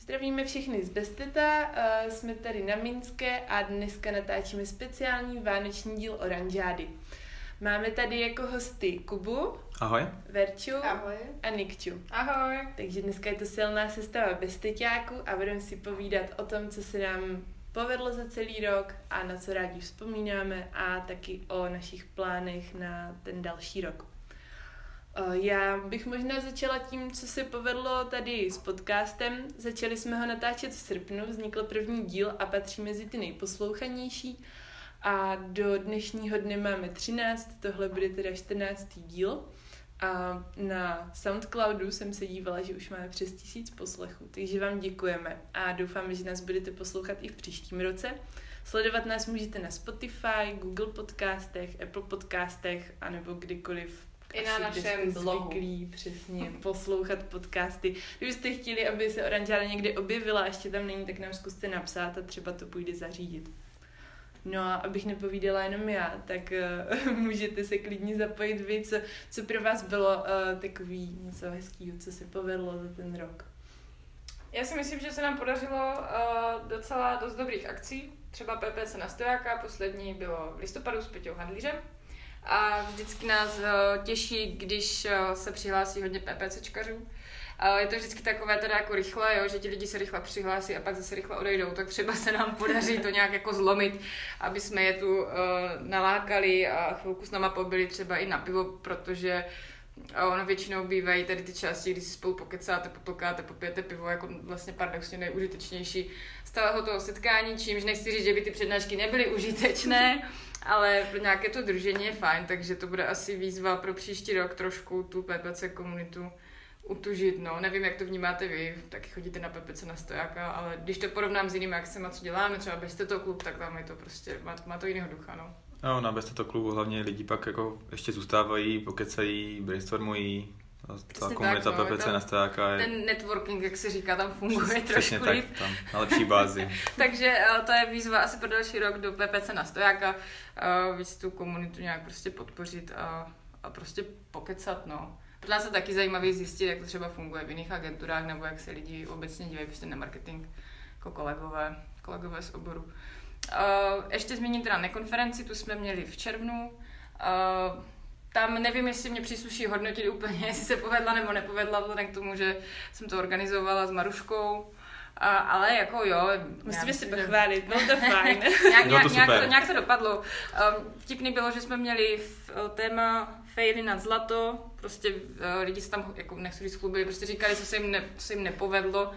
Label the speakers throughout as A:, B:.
A: Zdravíme všechny z Besteta, eh, jsme tady na Minské a dneska natáčíme speciální vánoční díl Oranžády. Máme tady jako hosty Kubu,
B: Ahoj.
A: Verču
C: Ahoj.
A: a Nikču.
C: Ahoj.
A: Takže dneska je to silná sestava besteťáků a budeme si povídat o tom, co se nám povedlo za celý rok a na co rádi vzpomínáme a taky o našich plánech na ten další rok. Eh, Já bych možná začala tím, co se povedlo tady s podcastem. Začali jsme ho natáčet v srpnu, vznikl první díl a patří mezi ty nejposlouchanější. A do dnešního dne máme 13, tohle bude teda 14. díl. A na Soundcloudu jsem se dívala, že už máme přes tisíc poslechů, takže vám děkujeme a doufáme, že nás budete poslouchat i v příštím roce. Sledovat nás můžete na Spotify, Google podcastech, Apple podcastech, anebo kdykoliv
C: I na
A: asi, kde
C: našem
A: jste
C: blogu.
A: zvyklí přesně poslouchat podcasty. Kdybyste chtěli, aby se Oranžáda někde objevila a ještě tam není, tak nám zkuste napsat a třeba to půjde zařídit. No a abych nepovídala jenom já, tak eh, můžete se klidně zapojit vy, co, co pro vás bylo uh, takový něco hezkýho, co se povedlo za ten rok.
C: Já si myslím, že se nám podařilo uh, docela dost dobrých akcí. Třeba PPC na stojáka, poslední bylo v listopadu s Peťou Handlířem. A vždycky nás uh, těší, když uh, se přihlásí hodně PPCčkařů. Uh, je to vždycky takové teda jako rychle, jo, že ti lidi se rychle přihlásí a pak zase rychle odejdou, tak třeba se nám podaří to nějak jako zlomit, aby jsme je tu uh, nalákali a chvilku s náma pobyli třeba i na pivo, protože A ono většinou bývají tady ty části, kdy si spolu pokecáte, potlkáte, popijete pivo, jako vlastně paradoxně nejužitečnější z celého toho setkání, čímž nechci říct, že by ty přednášky nebyly užitečné, ale pro nějaké to družení je fajn, takže to bude asi výzva pro příští rok trošku tu PPC komunitu utužit, no. Nevím, jak to vnímáte vy, taky chodíte na PPC na stojáka, ale když to porovnám s jinými akcemi, co děláme, třeba bez to klub, tak tam je to prostě, má, má to jiného ducha, no.
B: No, na bez toho klubu hlavně lidi pak jako ještě zůstávají, pokecají, brainstormují. A ta
C: Přesně
B: komunita
C: tak, no, je
B: PPC
C: to-
B: na stojáka je
C: Ten networking, jak se říká, tam funguje
B: přesně
C: trošku
B: tak
C: líp.
B: tam, na lepší bázi.
C: Takže eh, to je výzva asi pro další rok do PPC na stojáka, eh, víc tu komunitu nějak prostě podpořit a, a prostě pokecat, no. Pro nás je taky zajímavý zjistit, jak to třeba funguje v jiných agenturách, nebo jak se lidi obecně dívají prostě na marketing, jako kolegové, kolegové z oboru. Eh, Ještě zmíním teda nekonferenci, tu jsme měli v červnu. Eh, Tam nevím, jestli mě přísluší hodnotit úplně, jestli se povedla nebo nepovedla, vzhledem k tomu, že jsem to organizovala s Maruškou. A, ale jako jo. já
A: Musíme se
C: myslím, že-
A: pochválit, bylo to fajn.
C: nějak,
B: Bylo No to
C: nějak, nějak,
B: super.
C: to, nějak to dopadlo. Um, vtipný bylo, že jsme měli f- téma fejly nad zlato, prostě uh, lidi se tam, jako nechci říct chlubili, prostě říkali, co se jim, ne, co se jim nepovedlo,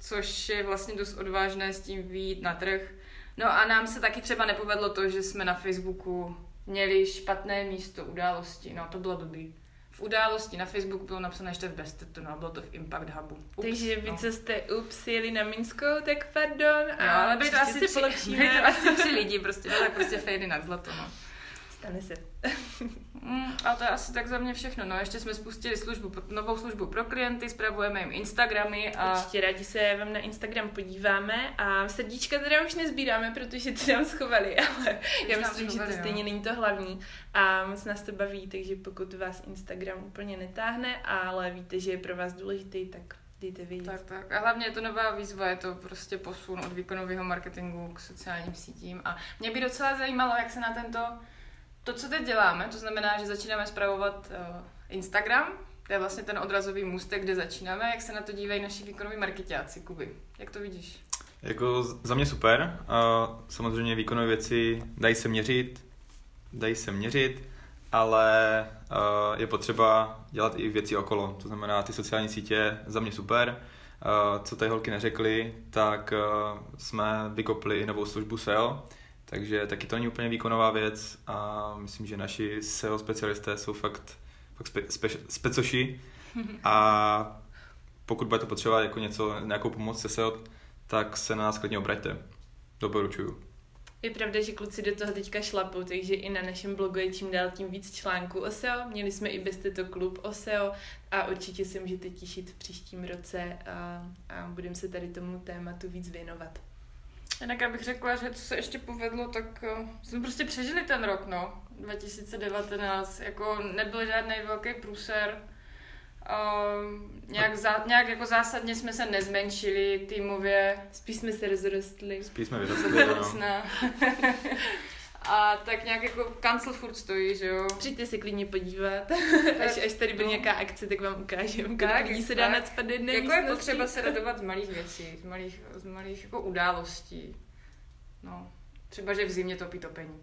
C: což je vlastně dost odvážné s tím výjít na trh. No a nám se taky třeba nepovedlo to, že jsme na Facebooku měli špatné místo události, no to bylo blbý. V události na Facebooku bylo napsané ještě v Bestetu, no a bylo to v Impact Hubu. Ups,
A: Takže
C: no.
A: vy, co jste ups, jeli na Minskou, tak pardon.
C: Jo,
A: A
C: ale byli to, asi
A: příště
C: tři,
A: se
C: byli to
A: polepšíme.
C: asi tři lidi, prostě, no, tak prostě fejdy nad zlato, no.
A: Stane se.
C: Mm, a to je asi tak za mě všechno. No, ještě jsme spustili službu, novou službu pro klienty, spravujeme jim Instagramy a
A: Určitě rádi se vám na Instagram podíváme a srdíčka teda už nezbíráme, protože ty nám schovali, ale já
C: nám
A: myslím, že to
C: schovali, jo.
A: stejně není to hlavní a moc nás to baví, takže pokud vás Instagram úplně netáhne, ale víte, že je pro vás důležitý, tak dejte vědět.
C: tak, tak. A hlavně je to nová výzva, je to prostě posun od výkonového marketingu k sociálním sítím. A mě by docela zajímalo, jak se na tento, to, co teď děláme, to znamená, že začínáme spravovat eh, Instagram, to je vlastně ten odrazový můstek, kde začínáme, jak se na to dívají naši výkonoví marketáci, Kuby. Jak to vidíš?
B: Jako z- za mě super. A samozřejmě výkonové věci dají se měřit, dají se měřit, ale a je potřeba dělat i věci okolo. To znamená, ty sociální sítě za mě super. A Co tady holky neřekly, tak a jsme vykopli i novou službu SEO, takže taky to není úplně výkonová věc a myslím, že naši SEO specialisté jsou fakt, fakt spe, spe, specoši a pokud budete potřebovat jako něco, nějakou pomoc se E SEO, tak se na nás klidně obraťte. Doporučuju.
A: Je pravda, že kluci do toho teďka šlapou, takže i na našem blogu je čím dál tím víc článků o SEO. Měli jsme i bez této klub o SEO a určitě se můžete těšit v příštím roce a, a budeme se tady tomu tématu víc věnovat.
C: Jinak já bych řekla, že co se ještě povedlo, tak eh, jsme prostě přežili ten rok, no. 2019, jako nebyl žádný velký průser. Um, nějak, zá, nějak jako zásadně jsme se nezmenšili týmově
A: Spíš jsme se rozrostli.
B: Spíš jsme
C: do
B: vyrostli, no.
C: budoucna. A tak nějak jako kancel furt stojí, že jo?
A: Přijďte se klidně podívat, až, až tady bude
C: no.
A: nějaká akce, tak vám ukážeme, kolik
C: Tak,
A: lidí se dá
C: tak.
A: nadspat do jedné
C: jako je
A: místnosti.
C: potřeba se radovat z malých věcí, z malých, z malých jako událostí. No, třeba, že v zimě topí topení.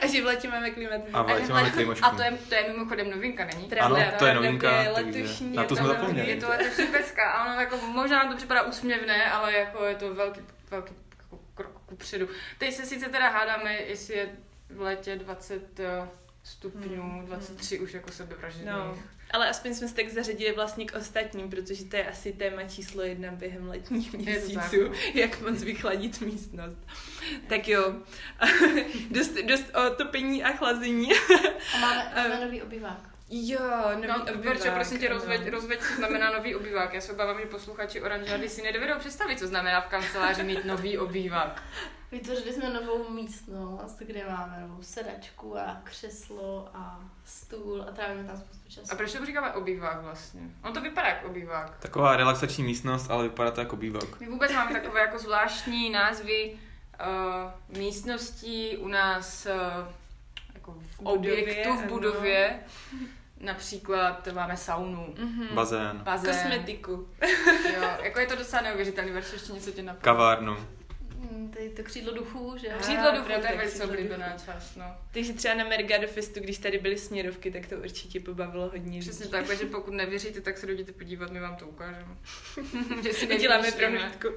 A: A že v létě máme klimatizaci.
B: A v létě máme klimošku.
C: Eh, A to je, to je mimochodem novinka, není?
A: Pravda.
B: Ano, to je novinka,
A: je
B: takže
A: letošní,
B: na to
A: je
B: jsme
A: to
B: zapomněli.
C: Je to letošní pecka a ono jako, možná nám to připadá úsměvné, ale jako je to velký, velký jako krok kupředu. Teď se sice teda hádáme, jestli je v létě 20 eh, stupňů,
A: Hmm,
C: 23 už jako sebevražedných.
A: No, ale aspoň jsme se tak zařadili vlastně k ostatním, protože to je asi téma číslo jedna během letních
C: Je to tak, no.
A: měsíců, jak moc vychladit místnost. Tak jo, dost, dost o topení a chlazení.
D: A máme,
A: Ehm.
D: máme nový obyvák.
A: Jo, nový
C: No, Verče, prosím tě,
A: ano.
C: rozveď, rozveď, co znamená nový obývák. Já se obávám, že posluchači Oranžády si nedovedou představit, co znamená v kanceláři mít nový obývák.
D: Vytvořili jsme novou místnost, kde máme novou sedačku a křeslo a stůl a trávíme tam spoustu času.
C: A proč to říkáme obývák vlastně? On to vypadá jako obývák.
B: Taková relaxační místnost, ale vypadá to jako bývak.
C: My vůbec máme takové jako zvláštní názvy uh, místností u nás uh, jako v
A: budově,
C: objektu v
A: ano.
C: budově. Například máme saunu,
A: Mhm.
B: Bazén,
C: bazén.
A: Kosmetiku.
C: Jo, jako je to docela neuvěřitelný, verš ještě něco tě napadá.
B: kavárnu.
D: Mm, Tady to křídlo duchů, že jo?
C: Křídlo
A: Ah,
C: duchu, to
A: pravda,
C: je velice
A: křídlo
C: oblíbená část, no.
A: Takže třeba na Mergado Festu, když tady byly směrovky, tak to určitě pobavilo hodně
C: Přesně
A: lidí.
C: tak, takže pokud nevěříte, tak se jděte podívat, my vám to ukážeme. že si
A: Děláme
C: nevymýšlíme.
A: prohlídku.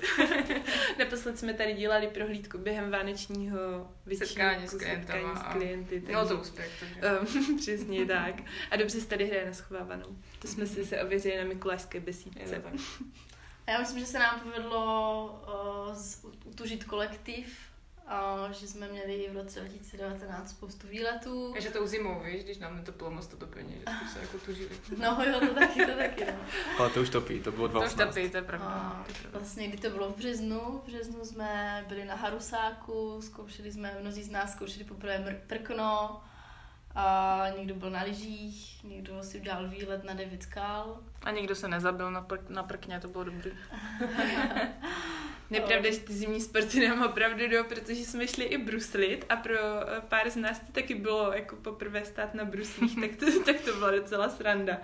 A: Naposled jsme tady dělali prohlídku během vánočního večírku,
C: Setkání s klientama
A: setkání s
C: a-
A: klienty.
C: Mělo
A: takže-
C: No, to úspěch, takže. Eh,
A: Um, přesně tak. A dobře se tady hraje na schovávanou. To jsme si se ověřili na Mikulášské
C: Je to
A: besídce.
C: tak.
D: A já myslím, že se nám povedlo uh, z- utužit kolektiv, uh, že jsme měli v roce 2019 spoustu výletů.
C: Takže to u zimou, víš, když nám netopilo moc to topení, že jsme se jako tužili.
D: No jo, to taky, to taky. No.
B: Ale to už topí, to bylo
C: To už
B: 2018.
C: tapí, to je
A: Ah.
C: pravda.
D: A vlastně kdy to bylo v březnu, v březnu jsme byli na Harusáku, zkoušeli jsme, mnozí z nás zkoušeli poprvé mr- prkno, a někdo byl na lyžích, někdo si udělal výlet na devět skal.
C: A nikdo se nezabil na, prk, na prkně, to bylo dobrý.
A: Nepravda, že ty zimní sporty nám opravdu jdou, protože jsme šli i bruslit a pro eh, pár z nás to taky bylo jako poprvé stát na bruslích, tak to, tak to byla docela sranda.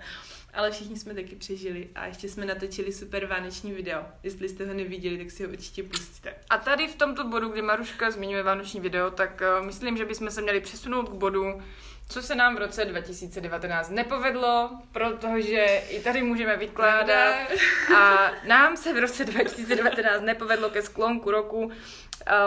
A: Ale všichni jsme taky přežili a ještě jsme natočili super vánoční video. Jestli jste ho neviděli, tak si ho určitě pustíte.
C: A tady v tomto bodu, kdy Maruška zmiňuje vánoční video, tak eh, myslím, že bychom se měli přesunout k bodu, co se nám v roce 2019 nepovedlo, protože i tady můžeme vykládat, A nám se v roce 2019 nepovedlo ke sklonku roku uh,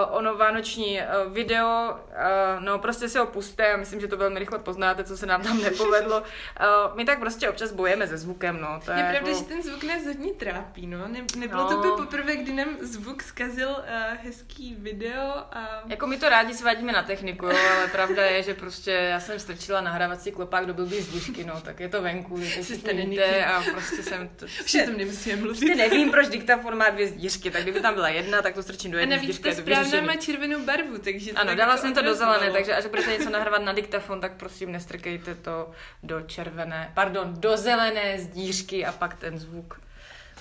C: ono vánoční uh, video, uh, no prostě si ho puste, já myslím, že to velmi rychle poznáte, co se nám tam nepovedlo. Uh, my tak prostě občas bojujeme se zvukem, no. To je
A: Je pravda,
C: jako...
A: že ten zvuk nás hodně trápí, no. Ne, nebylo
C: No.
A: no. to úplně poprvé, kdy nám zvuk zkazil uh, hezký video a...
C: Jako my to rádi svádíme na techniku, jo, ale pravda je, že prostě já jsem strčila nahrávací klopák do blbý zvušky, no, tak je to venku, že to
A: Jsi
C: si
A: tady
C: nejde a prostě jsem to...
A: Už o tom nemusíme
C: Prostě
A: mluvit.
C: nevím, proč diktafon má dvě zdířky, tak kdyby tam byla jedna, tak to strčím do
A: A
C: jedné
A: navíc
C: zdířky.
A: ta
C: je to
A: správná
C: vyřešený.
A: má červenou barvu, takže... to
C: Ano,
A: tak
C: dala
A: jako
C: jsem to do zelené,
A: odrazovalo.
C: takže až budete něco nahrávat na diktafon, tak prosím nestrkejte to do červené, pardon, do zelené zdířky a pak ten zvuk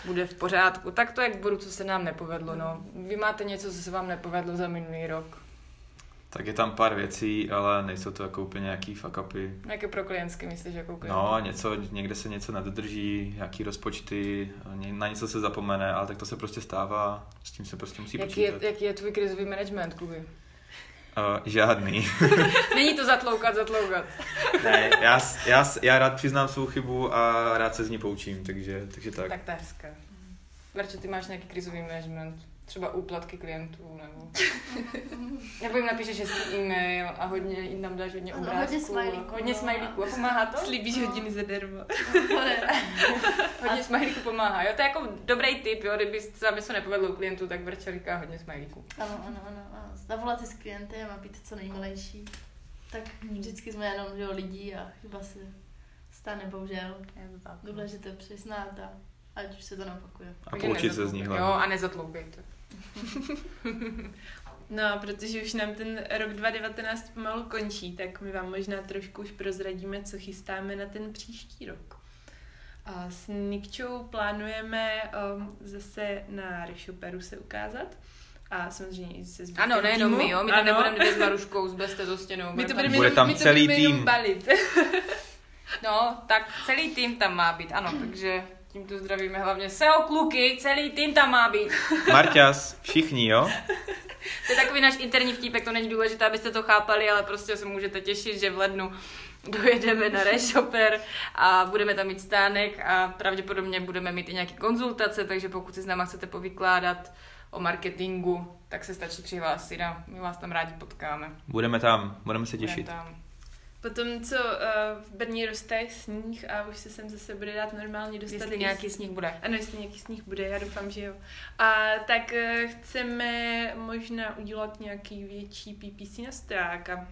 C: bude v pořádku. Tak to je k bodu, co se nám nepovedlo. No. Vy máte něco, co se vám nepovedlo za minulý rok.
B: Tak je tam pár věcí, ale nejsou to jako úplně nějaký fuck upy.
C: Jaké pro klientsky myslíš, jako klient?
B: No, něco, někde se něco nedodrží, jaký rozpočty, ně- na něco se zapomene, ale tak to se prostě stává, s tím se prostě musí
C: Jaký je,
B: počítat.
C: jaký je tvůj krizový management, kluby?
B: Uh, žádný.
C: Není to zatloukat, zatloukat.
B: ne, já, s- já, s- já rád přiznám svou chybu a rád se z ní poučím, takže, takže tak.
C: Tak,
B: tak.
C: tak to je hezké. Verče, ty máš nějaký krizový management? Třeba úplatky klientů, nebo... nebo jim napíšeš hezký e-mail a hodně, jim tam dáš hodně
D: Ano,
C: obrázků.
D: hodně smajlíků,
C: Hodně
D: no.
C: smajlíků. A pomáhá to?
A: Slíbíš
D: No.
A: hodiny zadarmo.
C: Hodně smajlíků pomáhá. Jo, to je jako dobrý tip, jo. Kdyby se vám něco nepovedlo u klientů, tak Verče říká hodně smajlíků.
D: ano, ano, ano, ano. Zavolat si s klientem a být co nejmilejší. Tak vždycky jsme jenom že jo, lidi a chyba se stane, bohužel.
C: Je to tak.
D: Důležité přiznat a ať už se to napakuje.
B: A poučit se z nich
C: Jo,
B: hlavně.
C: a nezatloubejte.
A: No, protože už nám ten rok 2019 pomalu končí, tak my vám možná trošku už prozradíme, co chystáme na ten příští rok. A S Nikčou plánujeme um, zase na Rešoperu se ukázat. A samozřejmě i se zbytkem
C: Ano, nejenom
A: týmu.
C: my, jo, my tam
A: Ano.
C: nebudeme být s Maruškou, s Beste, so stěnou.
A: My to
C: tam-
A: budeme
B: Bude
A: jenom,
B: tam
A: my to
B: celý
A: budeme jenom
B: tým.
A: balit.
C: No, tak celý tým tam má být, ano, takže tímto zdravíme hlavně SEO kluky, celý tým tam má být.
B: Marťas, všichni, jo?
C: To je takový náš interní vtípek, to není důležité, abyste to chápali, ale prostě se můžete těšit, že v lednu dojedeme na Reshopper a budeme tam mít stánek a pravděpodobně budeme mít i nějaké konzultace, takže pokud si s náma chcete povykládat o marketingu, tak se stačí přihlásit a my vás tam rádi potkáme.
B: Budeme tam, budeme se
C: Budeme
B: těšit.
C: Tam.
A: Potom, co uh, v Brně roste sníh a už se sem zase bude dát normálně dostat.
C: Jestli
A: i
C: nějaký z nich bude.
A: Ano, jestli nějaký sníh bude, já doufám, že jo. A tak eh, chceme možná udělat nějaký větší PPC na stojáka.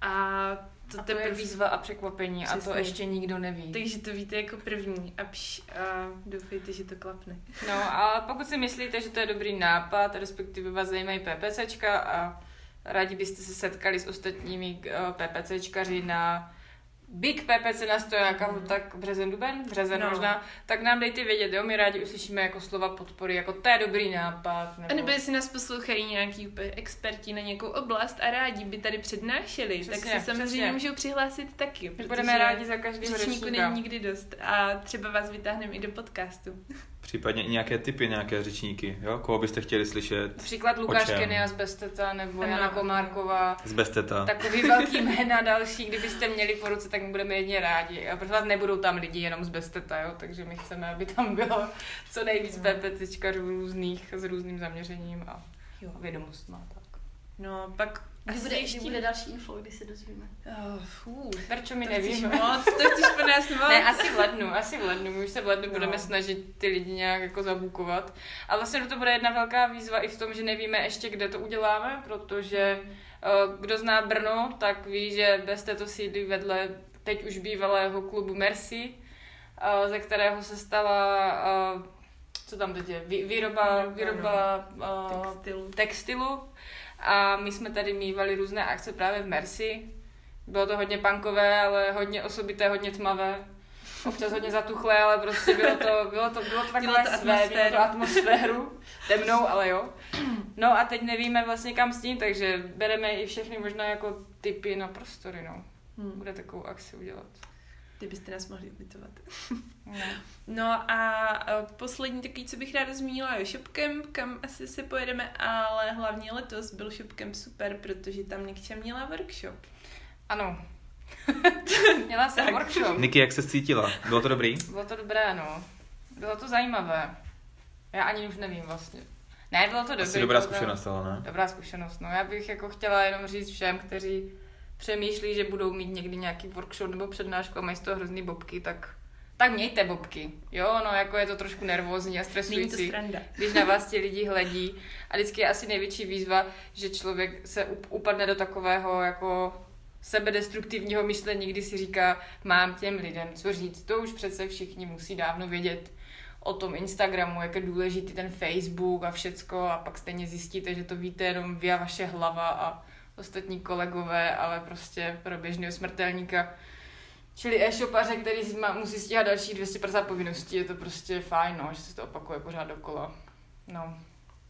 A: A to,
C: To, to je
A: teprve
C: výzva a překvapení a to
A: Přesně.
C: ještě nikdo neví.
A: Takže to víte jako první a, pš, a doufejte, že to klapne.
C: No a pokud si myslíte, že to je dobrý nápad, respektive vás zajímají PPCčka a rádi byste se setkali s ostatními eh, PPCčkaři na Big PPC na stojáka,
A: Mhm.
C: tak březen, duben, březen
A: No.
C: no. možná, tak nám dejte vědět, jo, my rádi uslyšíme jako slova podpory, jako to je dobrý nápad,
A: A
C: nebo,
A: nebo jestli nás poslouchají nějaký úplně experti na nějakou oblast a rádi by tady přednášeli,
C: Přesně,
A: tak se samozřejmě
C: přesně.
A: můžou přihlásit taky.
C: my
A: protože
C: budeme rádi za každého
A: Řečníků
C: ročníka.
A: není nikdy dost a třeba vás vytáhneme i do podcastu.
B: Případně i nějaké typy, nějaké řečníky, jo? Koho byste chtěli slyšet?
C: Příklad Lukáš
B: čem?
C: Kenia z Besteta nebo
A: Ano.
C: Jana Komárková.
B: Z Besteta.
C: Takový velký jména další, kdybyste měli po ruce, tak budeme jedně rádi. A pro vás nebudou tam lidi jenom z Besteta, jo? takže my chceme, aby tam bylo co nejvíc PPCčkařů různých, s různým zaměřením a
A: Jo.
C: vědomostma. Tak.
A: No, pak
D: Kdy bude, kdy bude další info, kdy se dozvíme?
A: Oh, fů,
C: Perčo, my
A: to chceš
C: nevíme.
A: moc, to chceš po nás moc.
C: Ne, asi v lednu, asi v lednu. My už se v lednu
A: No.
C: no. budeme snažit ty lidi nějak jako zabukovat. A vlastně to bude jedna velká výzva i v tom, že nevíme ještě, kde to uděláme, protože eh, kdo zná Brno, tak ví, že bez této sídlí vedle teď už bývalého klubu Mercy, eh, ze kterého se stala, eh, co tam teď je, Vý- výroba,
A: Výroba,
C: výroba
A: no.
C: eh,
A: Textilu.
C: textilu a my jsme tady mývali různé akce právě v Mercy. Bylo to hodně punkové, ale hodně osobité, hodně tmavé. Občas hodně zatuchlé, ale prostě bylo to, bylo to, bylo to takové
A: Mělo to
C: své, mělo
A: atmosféru.
C: to atmosféru, temnou, ale jo. No a teď nevíme vlastně kam s tím, takže bereme i všechny možná jako typy na prostory, no.
A: Hm,
C: Bude takovou akci udělat.
A: kdybyste nás mohli ubytovat. No a eh, poslední takový, co bych ráda zmínila, je Shopcamp, kam asi se pojedeme, ale hlavně letos byl Shopcamp super, protože tam Nikča měla workshop.
C: Ano. Měla jsem
A: Tak.
C: workshop.
B: Niky, jak se cítila? Bylo to dobrý?
C: Bylo to dobré, no. Bylo to zajímavé. Já ani už nevím vlastně. Ne, bylo to dobré.
B: Asi dobrá zkušenost, ale ne?
C: Dobrá zkušenost. No, já bych jako chtěla jenom říct všem, kteří přemýšlí, že budou mít někdy nějaký workshop nebo přednášku a mají z toho hrozný bobky, tak, tak mějte bobky. Jo, no, jako je to trošku nervózní a
A: Není to
C: stresující
A: sranda.
C: když na vás ti lidi hledí. A vždycky je asi největší výzva, že člověk se up- upadne do takového jako sebedestruktivního myšlení, kdy si říká, mám těm lidem co říct. To už přece všichni musí dávno vědět o tom Instagramu, jak je důležitý ten Facebook a všecko a pak stejně zjistíte, že to víte jenom vy a vaše hlava a ostatní kolegové, ale prostě pro běžného smrtelníka. Čili e-shopaře, který má, musí stíhat další 250 povinností, je to prostě fajn, no, že se to opakuje pořád dokola. No,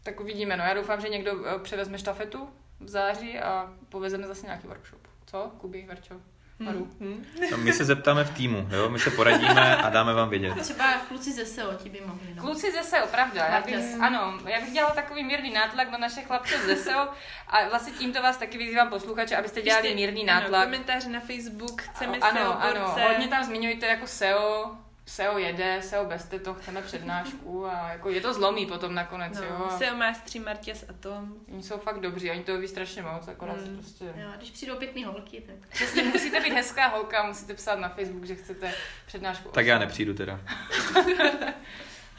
C: tak uvidíme. No, já doufám, že někdo eh, převezme štafetu v září a povezeme zase nějaký workshop. Co? Kubi, Verčo? Maru?
A: Hm.
B: No, my se zeptáme v týmu, jo? My se poradíme a dáme vám vědět.
D: Třeba kluci ze SEO ti by mohli, no.
C: Kluci ze SEO, pravda. Já bych,
D: Marťas.
C: ano, já bych dělala takový mírný nátlak na naše chlapce ze SEO a vlastně tímto vás taky vyzývám posluchače, abyste dělali
A: Pište-
C: mírný
A: ano, E
C: nátlak.
A: Komentáře na Facebook, chceme
C: ano,
A: se
C: ano,
A: oborce.
C: hodně tam zmiňujte jako SEO, SEO E jede, SEO bez to chceme přednášku a jako je to zlomí potom nakonec, no, jo.
A: no,
C: A
A: SEO Mastery, Martias a Tom.
C: Oni jsou fakt dobří, oni to ví strašně moc, akorát
A: Mm.
C: mm. prostě...
D: Jo, když přijdou pěkný holky, tak
C: Přesně, musíte být hezká holka, musíte psát na Facebook, že chcete přednášku.
B: Tak já nepřijdu teda.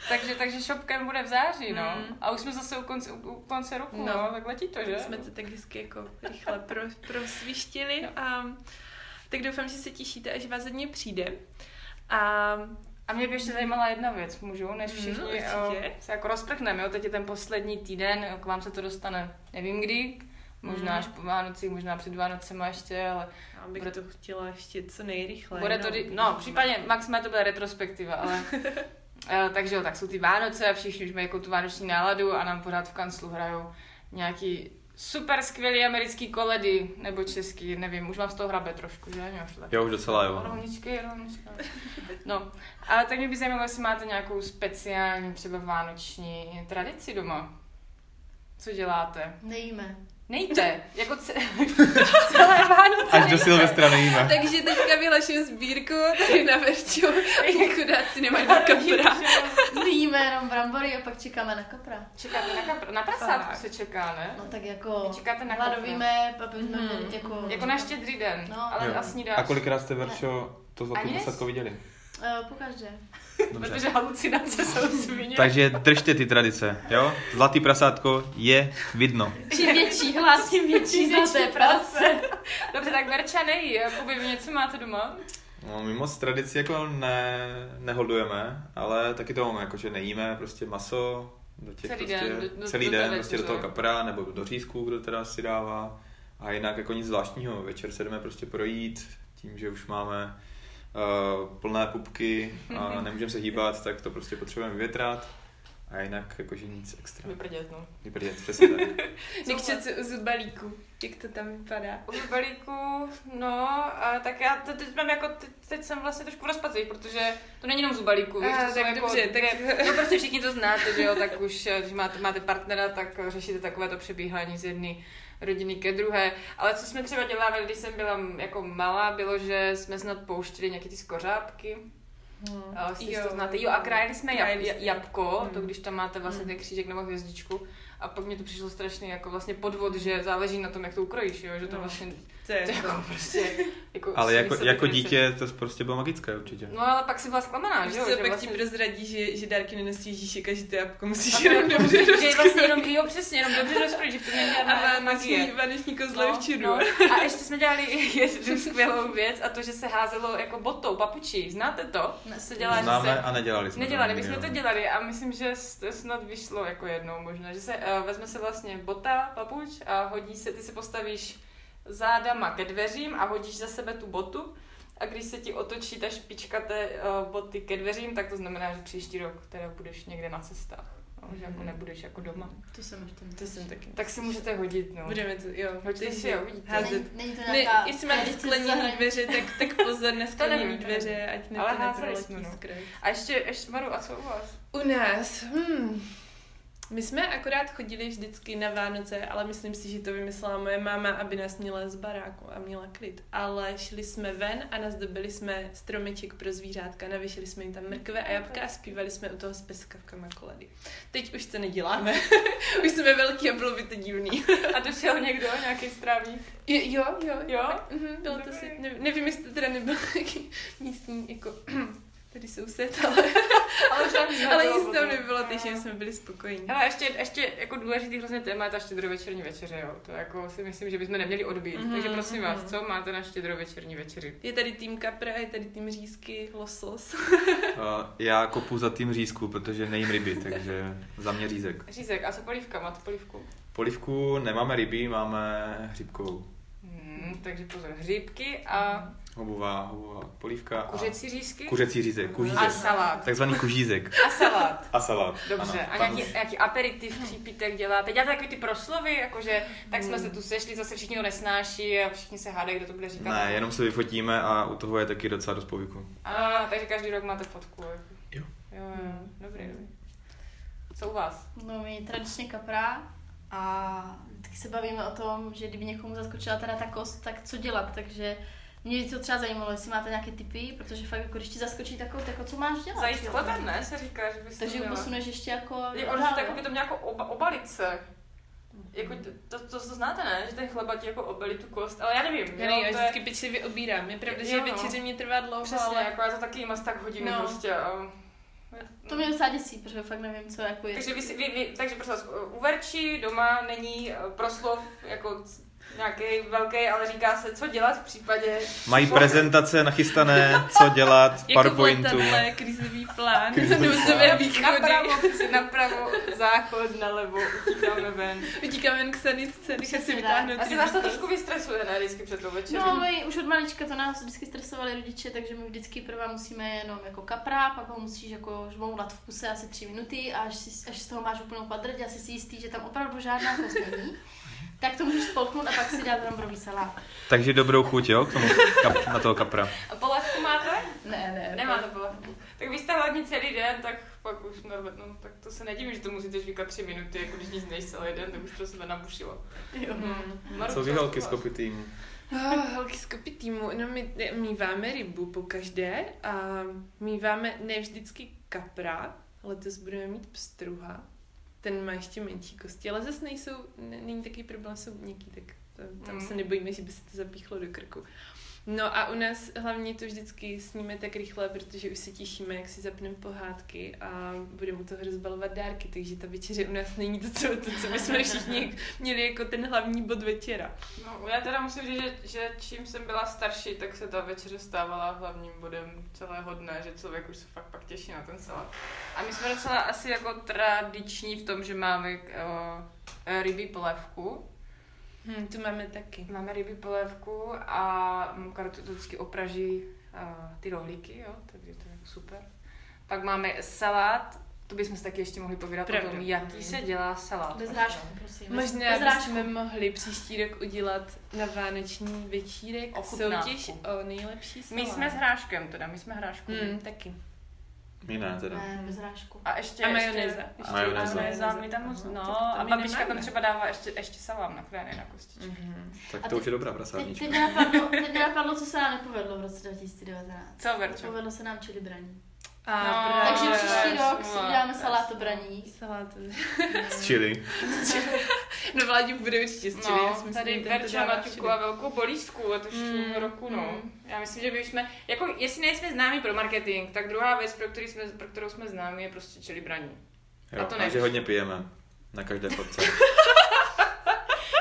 C: Takže, takže shopkem bude v září, no.
A: Mm.
C: Mm. A už jsme zase u konce, u- u konce roku,
A: No.
C: no. tak letí to, že?
A: Jsme to tak hezky jako rychle pro, prosvištili a tak doufám, že se těšíte, až vás hodně přijde. A
C: A mě by ještě zajímala jedna věc, můžu, než
A: Mhm,
C: všichni eh,
A: určitě.
C: mm, se jako rozprchneme, jo, teď je ten poslední týden, k vám se to dostane, nevím kdy, Možná
A: Mm.
C: až po Vánocích, možná před Vánocema ještě, ale
A: Já bych
C: Bude-
A: to chtěla ještě co nejrychleji.
C: bude to, dy- no, případně maximálně to bude retrospektiva, ale Eh, takže jo, tak jsou ty Vánoce a všichni už mají jako tu vánoční náladu a nám pořád v kanclu hrajou nějaký super skvělý americký koledy, nebo český, nevím, už mám z toho hrabe trošku, že? Mě už to tak-
B: Já už docela jo.
C: Rovničky, rovničky. No, ale tak mě by zajímalo, jestli máte nějakou speciální třeba vánoční tradici doma. Co děláte?
D: Nejíme.
C: Nejte, jako ce- celé Vánoce.
B: Až do Silvestra nevíme.
A: Takže teďka vyhlaším sbírku tady na Verču, chudáci nemají dva
C: Jako
A: kapra.
D: Nejíme jenom brambory a pak čekáme na kapra.
C: Čekáte na, kapr- na prasátku se čeká, ne?
D: No tak jako
C: Vy čekáte na kapra.
D: hladovíme, aby jsme
A: Mhm.
D: měli jako...
C: Jako na štědrý den,
D: No.
C: ale
B: Jo.
C: na snídač.
B: A kolikrát jste, Verčo, to zlaté
C: Ani ne?
B: prasátko viděli?
D: Eh, pokaždé.
B: Dobře.
C: Protože halucinace jsou svině.
B: Takže držte ty tradice, jo? Zlatý prasátko je vidno.
D: Čím větší hlas, tím větší zlaté práce.
C: Dobře, tak Verča eh, nejí. Jakoby vy něco máte doma?
B: No, my moc tradici jako ne, neholdujeme, ale taky to máme, jako, že nejíme prostě maso, do těch
C: Celý
B: prostě,
C: den, do- do-
B: celý
C: do té
B: den prostě do
C: večeře.
B: toho kapra nebo do řízku, kdo teda si dává. A jinak jako nic zvláštního, večer se jdeme prostě projít, tím, že už máme uh, plné pupky a nemůžeme se hýbat, tak to prostě potřebujeme vyvětrat. A jinak jakože nic extra.
C: Vyprdět, no.
B: Vyprdět, přesně tak.
A: Nikče co z balíku, jak to tam vypadá.
C: U balíku, no, a tak já to teď mám jako, teď, teď jsem vlastně trošku v rozpacích, protože to není jenom z balíku, víš,
A: Ah,
C: to jsou
A: tak
C: jako
A: dobře, tak-
C: dvě- no prostě všichni to znáte, že jo, tak už, eh, když máte, máte partnera, tak eh, řešíte takové to přebíhání z jedné rodiny ke druhé, ale co jsme třeba dělali, když jsem byla jako malá, bylo, že jsme snad pouštěli nějaké ty skořápky, A jestli
A: Mhm. Jo.
C: to znáte. Jo, a krájeli jsme jab,
A: Krájeli
C: ja-
A: jste.
C: jabko,
A: Mm.
C: to když tam máte vlastně
A: Mm.
C: ten křížek nebo hvězdičku. A pak mě to přišlo strašně jako vlastně podvod, že záleží na tom, jak to ukrojíš, jo? že to
A: No.
C: vlastně
A: To je
C: to
A: jako...
C: jako prostě... Jako
B: Ale jako,
C: smysl
B: jako
C: věci.
B: dítě to prostě bylo magické určitě.
C: No ale pak si byla zklamaná,
A: Víš
C: že vlastně jo?
A: co,
C: že
A: pak ti prozradí, že, že dárky nenosí Ježíšek a že to jabko jako musíš jenom dobře
C: že je vlastně jako jenom, jo, přesně, jenom dobře rozkrojit, že v tom není
A: A
C: žádná magie. No,
A: vánoční, vánoční kozle v čiru.
C: A ještě jsme dělali jednu skvělou věc a to, že se házelo jako botou, papučí. Znáte to?
D: Ne.
C: To se dělá, že se...
B: Známe a nedělali jsme
C: Nedělali, my
B: nikdy,
C: jsme to
B: no.
C: dělali a myslím, že to snad vyšlo jako jednou možná, že se uh, vezme se vlastně bota, papuč a hodí se, ty se postavíš zádama ke dveřím a hodíš za sebe tu botu a když se ti otočí ta špička té uh, boty ke dveřím, tak to znamená, že příští rok teda budeš někde na cestách, no, že jako
A: Mhm.
C: nebudeš jako doma.
D: To jsem ještě
A: To jsem taky.
C: Tak si můžete hodit, no.
A: Budeme to, jo.
C: Hoďte si, jo, vidíte.
A: Házet.
D: Není, není to
A: Ne,
D: nějaká...
A: jestli máte
D: tradice
A: skleněné
D: zahraničí?
A: dveře, tak, tak pozor na skleněné
C: nevím, to nevím.
A: dveře, ať ne
C: Ale
A: to
C: házeli
A: neproletí
C: jsme, no.
A: skrz.
C: A ještě, ještě Maru, a co u vás?
A: U nás, hmm. My jsme akorát chodili vždycky na Vánoce, ale myslím si, že to vymyslela moje máma, aby nás měla z baráku a měla klid. Ale šli jsme ven a nazdobili jsme stromeček pro zvířátka, navěšili jsme jim tam mrkve a jabka a zpívali jsme u toho s peskavkama koledy. Teď už to neděláme. už jsme velký a bylo by to divný.
C: A došel někdo, nějaký strávník?
A: Jo, jo, jo.
C: Jo?
A: Tak, mhm, bylo to si,
C: Dobrý.
A: ne, nevím, jestli to teda nebyl nějaký místní, jako tady soused, ale,
C: Ale, žádný
A: ale
C: nebylo
A: nic tam
C: potom.
A: nebylo, takže jsme byli spokojení.
C: Hele, ještě, ještě jako důležitý hrozně téma je ta štědrovečerní večeře, jo. To jako si myslím, že bychom neměli odbít.
A: Mhm,
C: Mm-hmm, Takže prosím vás,
A: mhm.
C: co máte na štědrovečerní večeři?
A: Je tady tým kapra, je tady tým řízky, losos.
B: Uh, já kopu za tým řízku, protože nejím ryby, takže za mě řízek.
C: Řízek, a co polívka? Máte polívku?
B: Polivku nemáme rybí, máme hřibkovou.
C: Hmm, takže pozor, hříbky a
B: Hobová, hobová polivka. A
C: kuřecí řízky?
B: Kuřecí řízek,
C: A
B: kužízek.
C: salát.
B: Takzvaný kužízek.
C: A salát.
B: A salát.
C: Dobře,
B: ano.
C: a
B: Tam-
C: nějaký, e- nějaký aperitiv, přípitek děláte? Děláte takový ty proslovy, jakože tak jsme se tu sešli, zase všichni to nesnáší a všichni se hádají, kdo to bude říkat.
B: Ne, jenom se vyfotíme a u toho je taky docela dost povyku.
C: A, takže každý rok máte fotku. jako.
B: Jo.
C: Jo, jo, dobrý, dobrý. Co u vás?
D: No my tradičně kapra a taky se bavíme o tom, že kdyby někomu zaskočila teda ta kost, tak co dělat, takže mě by to třeba zajímalo, jestli máte nějaké typy, protože fakt jako když ti zaskočí takovou, tak jako co máš dělat?
C: Zajít
D: jo?
C: chlebem, ne? Se říká, že bys to
D: Takže ji
C: měla.
D: posuneš ještě jako...
C: Jako, že
D: dál,
C: tak
D: jo?
C: by to měl jako oba, obalit se. Jako, to, to, to, znáte, ne? Že ten chleba ti jako obalí tu kost, ale já nevím.
A: Já, ne,
C: jo,
A: já
C: to je-
A: vždycky pečlivě obírám. Je pravda, že
C: Jo, no.
A: večeře mě trvá dlouho,
C: Přesně,
A: ale...
C: jako já to taky jim asi tak hodinu
A: No.
C: prostě. A...
D: To mě docela děsí, protože fakt nevím, co jako je.
C: Takže, vy, si- vy, vy, takže prosím vás, u Verči doma není eh, proslov jako c- Nějaký velký, ale říká se, co dělat v případě...
B: Mají prezentace nachystané, co dělat,
A: Jako byl
B: PowerPointu.
A: tenhle krizový plán,
B: Krizový
A: nouzové východy.
C: Napravo, napravo, záchod, nalevo, utíkáme ven.
A: Utíkáme jen k sanitce, nechám si
D: Přesně
A: vytáhnout
C: Asi nás to
A: riziko.
C: trošku vystresuje ne, vždycky před tou večeří.
D: No, my už od malička to nás vždycky stresovali rodiče, takže my vždycky prvá musíme jenom jako kapra, pak ho musíš jako žmoulat v puse asi tři minuty a až, si, až z toho máš úplnou kvadrť a jsi si jistý, že tam opravdu žádná kost není, tak to můžeš spolknout a pak si dát bramborový salát.
B: Takže dobrou chuť, jo, k tomu, kap, na toho kapra.
C: A polévku máte?
D: Ne, ne.
C: Nemá to polévku. Tak vy jste hladní celý den, tak pak už norme, no, tak to se nedivím, že to musíte žvíkat tři minuty, jako když nic nejíš celý den, tak už to sebe nabušilo.
D: Jo.
A: Mhm.
C: Hmm.
B: kopitým?
A: Oh, holky z kopitýmu, no my míváme rybu po každé a míváme ne vždycky kapra, letos budeme mít pstruha. Ten má ještě menší kosti, ale zase nejsou, ne, není takový problém, jsou měkký, tak tam, tam
C: Mm.
A: se nebojíme, že by se to zapíchlo do krku. No a u nás hlavně to vždycky sníme tak rychle, protože už se těšíme, jak si zapneme pohádky a budeme u toho rozbalovat dárky, takže ta večeře u nás není to, co, to, co my jsme všichni měli jako ten hlavní bod večera.
C: No, já teda musím říct, že, že čím jsem byla starší, tak se ta večeře stávala hlavním bodem celého dne, že člověk už se fakt pak těší na ten salát. A my jsme docela asi jako tradiční v tom, že máme uh, rybí polévku.
A: Hm, to máme taky.
C: Máme rybí polévku a Karol to vždycky opraží uh, ty rohlíky, jo, takže to je jako super. Pak máme salát, to bychom si taky ještě mohli povídat
A: Pravda.
C: o tom, jaký se dělá salát.
D: Bez hrášku, prosím.
A: Možná
D: bez hrášku.
A: bychom mohli příští rok udělat na vánoční večírek
C: Ochutnávku.
A: soutěž o nejlepší salát.
C: My jsme s hráškem teda, my jsme hrášku.
A: Hmm, taky.
B: My ne, teda.
D: Ne, bez hrášku.
C: A ještě,
A: A
C: ještě-
A: majonéza.
C: Ještě,
B: Majonéza.
C: majonéza. my tam moc,
A: Aha,
C: no,
A: to- to
C: a
A: my
C: babička
A: nemáme.
C: tam třeba dává ještě, ještě salám na krény na kostičky.
A: Mm-hmm.
B: Tak
D: A
B: to
D: teď-
B: už je dobrá
D: Teď,
B: prasárnička.
D: teď, mě napadlo, teď mě napadlo, co se nám nepovedlo v roce 2019.
C: Co, Verčo?
D: Povedlo se nám čili braní.
A: A
C: No,
A: právě-
D: Takže příští
C: jasno,
D: rok si uděláme
C: jasno.
D: salát braní.
A: Salát.
B: Z Chili.
A: No vládě bude určitě s čili, já si
C: No,
A: myslím,
C: tady
A: že ten to
C: Verča
A: dává
C: naťukla velkou bolístku letošního
A: Mm,
C: roku, no.
A: mm.
C: Já myslím, že my už jsme, jako jestli nejsme známí pro marketing, tak druhá věc, pro, který jsme, pro kterou jsme známí, je prostě čili braní.
B: Jo,
C: A
B: a,
C: to
B: to
C: ne.
B: a že hodně pijeme. Na každé fotce.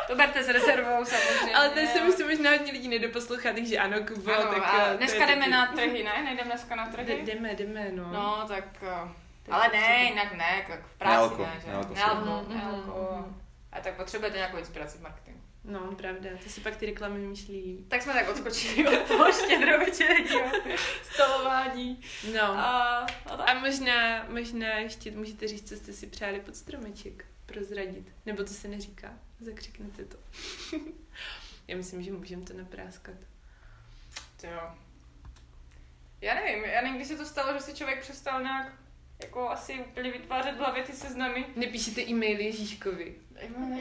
C: To berte s rezervou samozřejmě.
A: všude. Ale ten se musí možná hodně lidí nedoposlouchat, takže ano, Kubo,
C: Ano,
A: tak
C: a
A: jo, to
C: dneska
A: je
C: jdeme
A: taky-
C: na trhy, ne? Nejdeme dneska na
A: Jde-
C: trhy?
A: Jdeme, jdeme, no.
C: No, tak... eh,
A: Tak
C: Ale
A: to
C: ne,
A: určitě.
C: jinak ne, tak v
B: Nealko,
C: práci ne, že?
B: nealko,
C: Nealko,
A: sorry. Mm-hmm.
C: nealko. A tak potřebujete nějakou inspiraci v marketingu.
A: No, pravda, to si pak ty reklamy vymýšlí.
C: Tak jsme tak odskočili od toho štědrovečerního stolování.
A: No.
C: A, a tak.
A: A možná, možná ještě můžete říct, co jste si přáli pod stromeček prozradit. Nebo to se neříká. Zakřiknete to. Já myslím, že můžeme to napráskat.
C: To jo. Já nevím, já nevím, kdy se to stalo, že si člověk přestal nějak jako asi úplně vytvářet v hlavě ty seznamy.
A: Nepíšete e-mail Ježíškovi.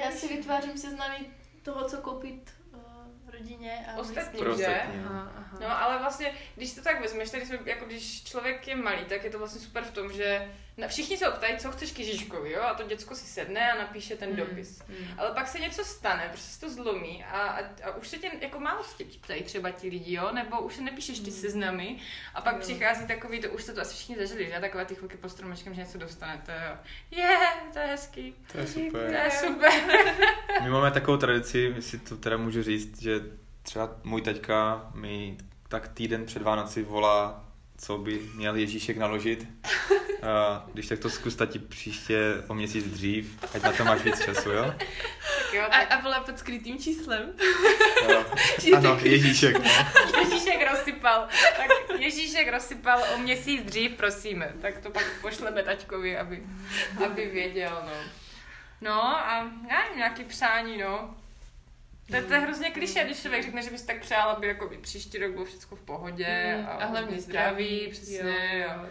D: Já si vytvářím seznamy toho, co koupit eh, rodině a vlastně-
C: Ostatní,
A: Prostě.
B: Pro
C: že?
B: ostatní, no.
A: Aha, aha.
C: No, ale vlastně, když to tak vezmeš, tady jsme, jako když člověk je malý, tak je to vlastně super v tom, že na, všichni se ho ptají, co chceš k Ježíškovi, jo? A to děcko si sedne a napíše ten
D: Mhm.
A: Hmm,
C: dopis.
A: hmm.
C: Ale pak se něco stane, prostě se to zlomí a, a, a už se tě jako málo se tě ptají třeba ti lidi, jo? Nebo už se nepíšeš ty
A: Hmm.
C: seznamy a pak
A: Jo.
C: přichází takový, to už jste to asi všichni zažili, že? Takové ty chvilky pod stromečkem, že něco dostanete, jo? Je, to je hezký,
B: To je
C: to
B: super.
C: je super.
B: My máme takovou tradici, jestli to teda můžu říct, že třeba můj taťka mi tak týden před Vánoci volá, co by měl Ježíšek naložit. A když tak to zkus tati příště o měsíc dřív, ať na to máš víc času, jo?
C: Tak jo,
A: A,
C: tak
A: a byla pod skrytým číslem.
B: jo. Ano, Ježíšek. no.
C: Ježíšek rozsypal, tak Ježíšek rozsypal o měsíc dřív, prosíme. Tak to pak pošleme taťkovi, aby, aby věděl, no. No a já nevím, nějaký přání, no. To, to je hrozně kliše, když člověk řekne, že bys tak přál, aby jako by příští rok bylo všechno v pohodě
A: Mm,
C: a, hlavně zdraví, přesně.
A: jo.
C: a-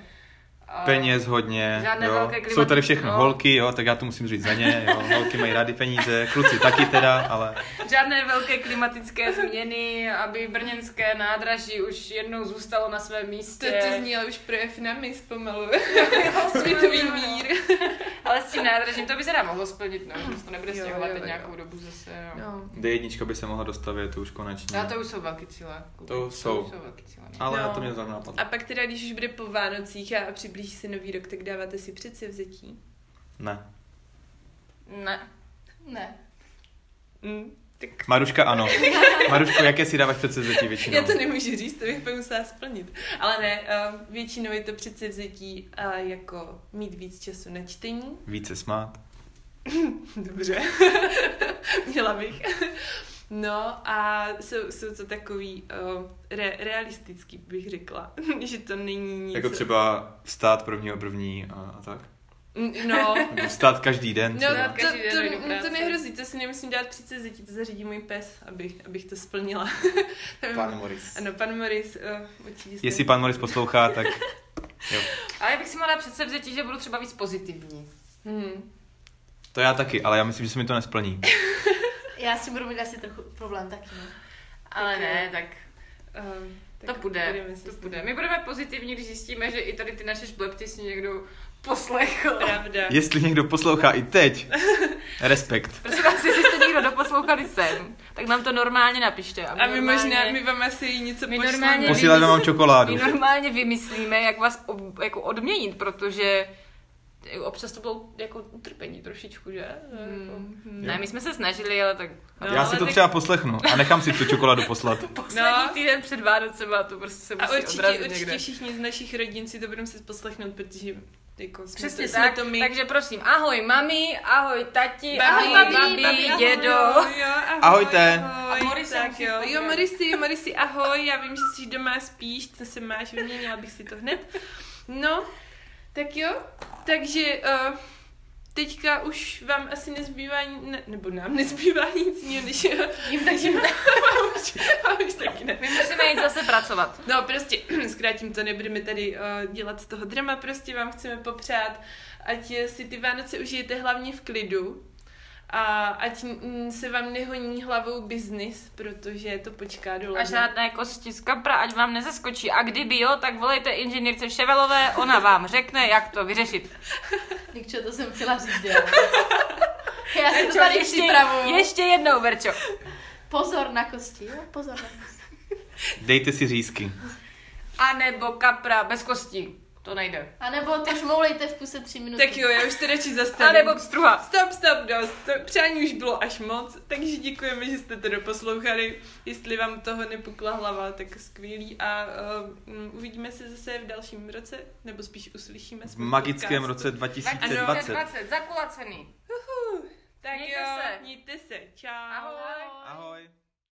C: a-
B: Peněz hodně,
C: Žádné
B: jo.
C: velké klimatické-
B: jsou tady všechno
C: no.
B: holky, jo, tak já to musím říct za ně, jo. holky mají rády peníze, kluci taky teda, ale
C: Žádné velké klimatické změny, aby brněnské nádraží už jednou zůstalo na svém
A: To,
C: místě.
A: to zní ale už projev na mis pomalu. Světový
C: jo, jo.
A: mír.
C: Ale s tím nádražím to by se dá mohlo splnit, no. že To nebude
A: Jo,
C: stěhovat
A: jo,
C: teď
A: jo.
C: nějakou dobu zase, jo.
A: No.
B: D1 by se mohla dostavit, to už konečně.
C: No, to už jsou velký cíle.
B: To jsou.
C: To jsou velký cíle. No.
B: Ale
A: No.
B: no. to mě zrovna napadlo.
A: A pak teda, když už bude po Vánocích a přiblíží se nový rok, tak dáváte si přece vzetí.
B: Ne.
C: Ne.
D: Ne.
A: Mm. Tak
B: Maruška ano. Maruško, jaké si dáváš předsevzetí většinou?
A: já to nemůžu říct, to bych pak musela splnit. Ale ne, eh, většinou je to předsevzetí eh, jako mít víc času na čtení,
B: Více smát.
A: Dobře, měla bych. No a jsou, jsou to takový uh, re, realistický, bych řekla, že to není nic.
B: Jako třeba vstát prvního první a, a tak.
A: N- No,
B: Nebo Vstát každý den. jako
A: no
B: třeba.
A: to,
C: Každý den dojdu
A: to,
C: do
A: to
C: práce.
A: nehrozí, to si nemusím dát přece zetí, to zařídí můj pes, aby, abych to splnila. To by-
B: Pan Moris.
A: eh, Ano, pan Moris, uh, určitě. jste-
B: Jestli pan Moris poslouchá, tak jo.
C: Ale já bych si mohla přece vzít, že budu třeba víc pozitivní.
A: Hmm.
B: To já taky, ale já myslím, že se mi to nesplní.
D: Já s tím budu mít asi trochu problém taky. No.
C: Ale
A: Tak eh,
C: ne,
A: jo.
C: tak
A: Um,
C: To bude,
A: se
C: to
A: s tím-
C: bude. My budeme pozitivní, když zjistíme, že i tady ty naše šblepty si někdo poslechl.
A: Pravda.
B: Jestli někdo poslouchá i teď, respekt.
C: Prosím vás, jestli jste někdo doposlouchali sem, tak nám to normálně napište.
A: A my
C: normálně-
A: možná, my vám asi něco
C: My
A: pošleme.
C: normálně-
B: Posílejme vám čokoládu.
C: My
A: No,
C: normálně vymyslíme, jak vás ob, jako odměnit, protože občas to bylo jako utrpení trošičku, že?
A: Hmm.
C: Ne, my jsme se snažili, jako- ale tak
A: No,
B: Já si
A: ale
B: to
A: tak-
B: třeba poslechnu a nechám si tu čokoládu poslat.
C: poslední
A: No.
C: týden před Vánocema to prostě se musí
A: A určitě,
C: odrazit
A: určitě
C: někde.
A: všichni z našich rodin si to budeme si poslechnout, protože jako jsme,
C: Přesně
A: to, jsme
C: tak,
A: to my.
C: takže prosím, ahoj mami, ahoj tati,
A: Babi,
C: ahoj
A: babi,
C: babi,
A: babi, ahoj,
C: dědo.
A: jo, ahoj,
B: Ahojte.
A: Ahoj,
C: A Morisi
A: tak
C: musíš
A: jo.
C: pozdravit.
A: Jo, Morisi, Morisi, ahoj, já vím, že jsi doma spíš, co se máš, vyměnila bych si to hned. No, tak jo, takže uh, teďka už vám asi nezbývá, ni- ne, nebo nám nezbývá nic jiného, než jim, takže vám už, vám už taky ne.
C: My musíme jít zase pracovat.
A: No prostě, zkrátím to, nebudeme tady uh, dělat z toho drama, prostě vám chceme popřát, ať eh, si ty Vánoce užijete hlavně v klidu a ať mm, se vám nehoní hlavou biznis, protože to počká do
C: A
A: ledna.
C: žádné kosti z kapra, ať vám nezaskočí. A kdyby jo, tak volejte inženýrce Ševelové, ona vám řekne, jak to vyřešit.
D: Nikčo, to jsem chtěla říct, jo. Já si to tady
C: ještě,
D: připravuju.
C: ještě jednou, Verčo.
D: Pozor na kosti, jo? Pozor na kosti.
B: Dejte si řízky.
C: A nebo kapra bez kostí. To nejde.
D: A nebo to šmoulejte v puse tři minuty.
A: Tak jo, já už to radši
C: A
A: zastavím.
C: nebo pstruha.
A: Stop, stop, dost. To přání už bylo až moc, takže děkujeme, že jste to doposlouchali. Jestli vám toho nepukla hlava, tak skvělý a uh, uvidíme se zase v dalším roce, nebo spíš uslyšíme.
B: V
A: spolu
B: magickém
A: podcastu.
B: roce 2020.
C: zakulacený.
A: Uhu, tak
C: Mějte
A: jo,
C: se.
A: mějte se, čau.
C: Ahoj.
B: Ahoj.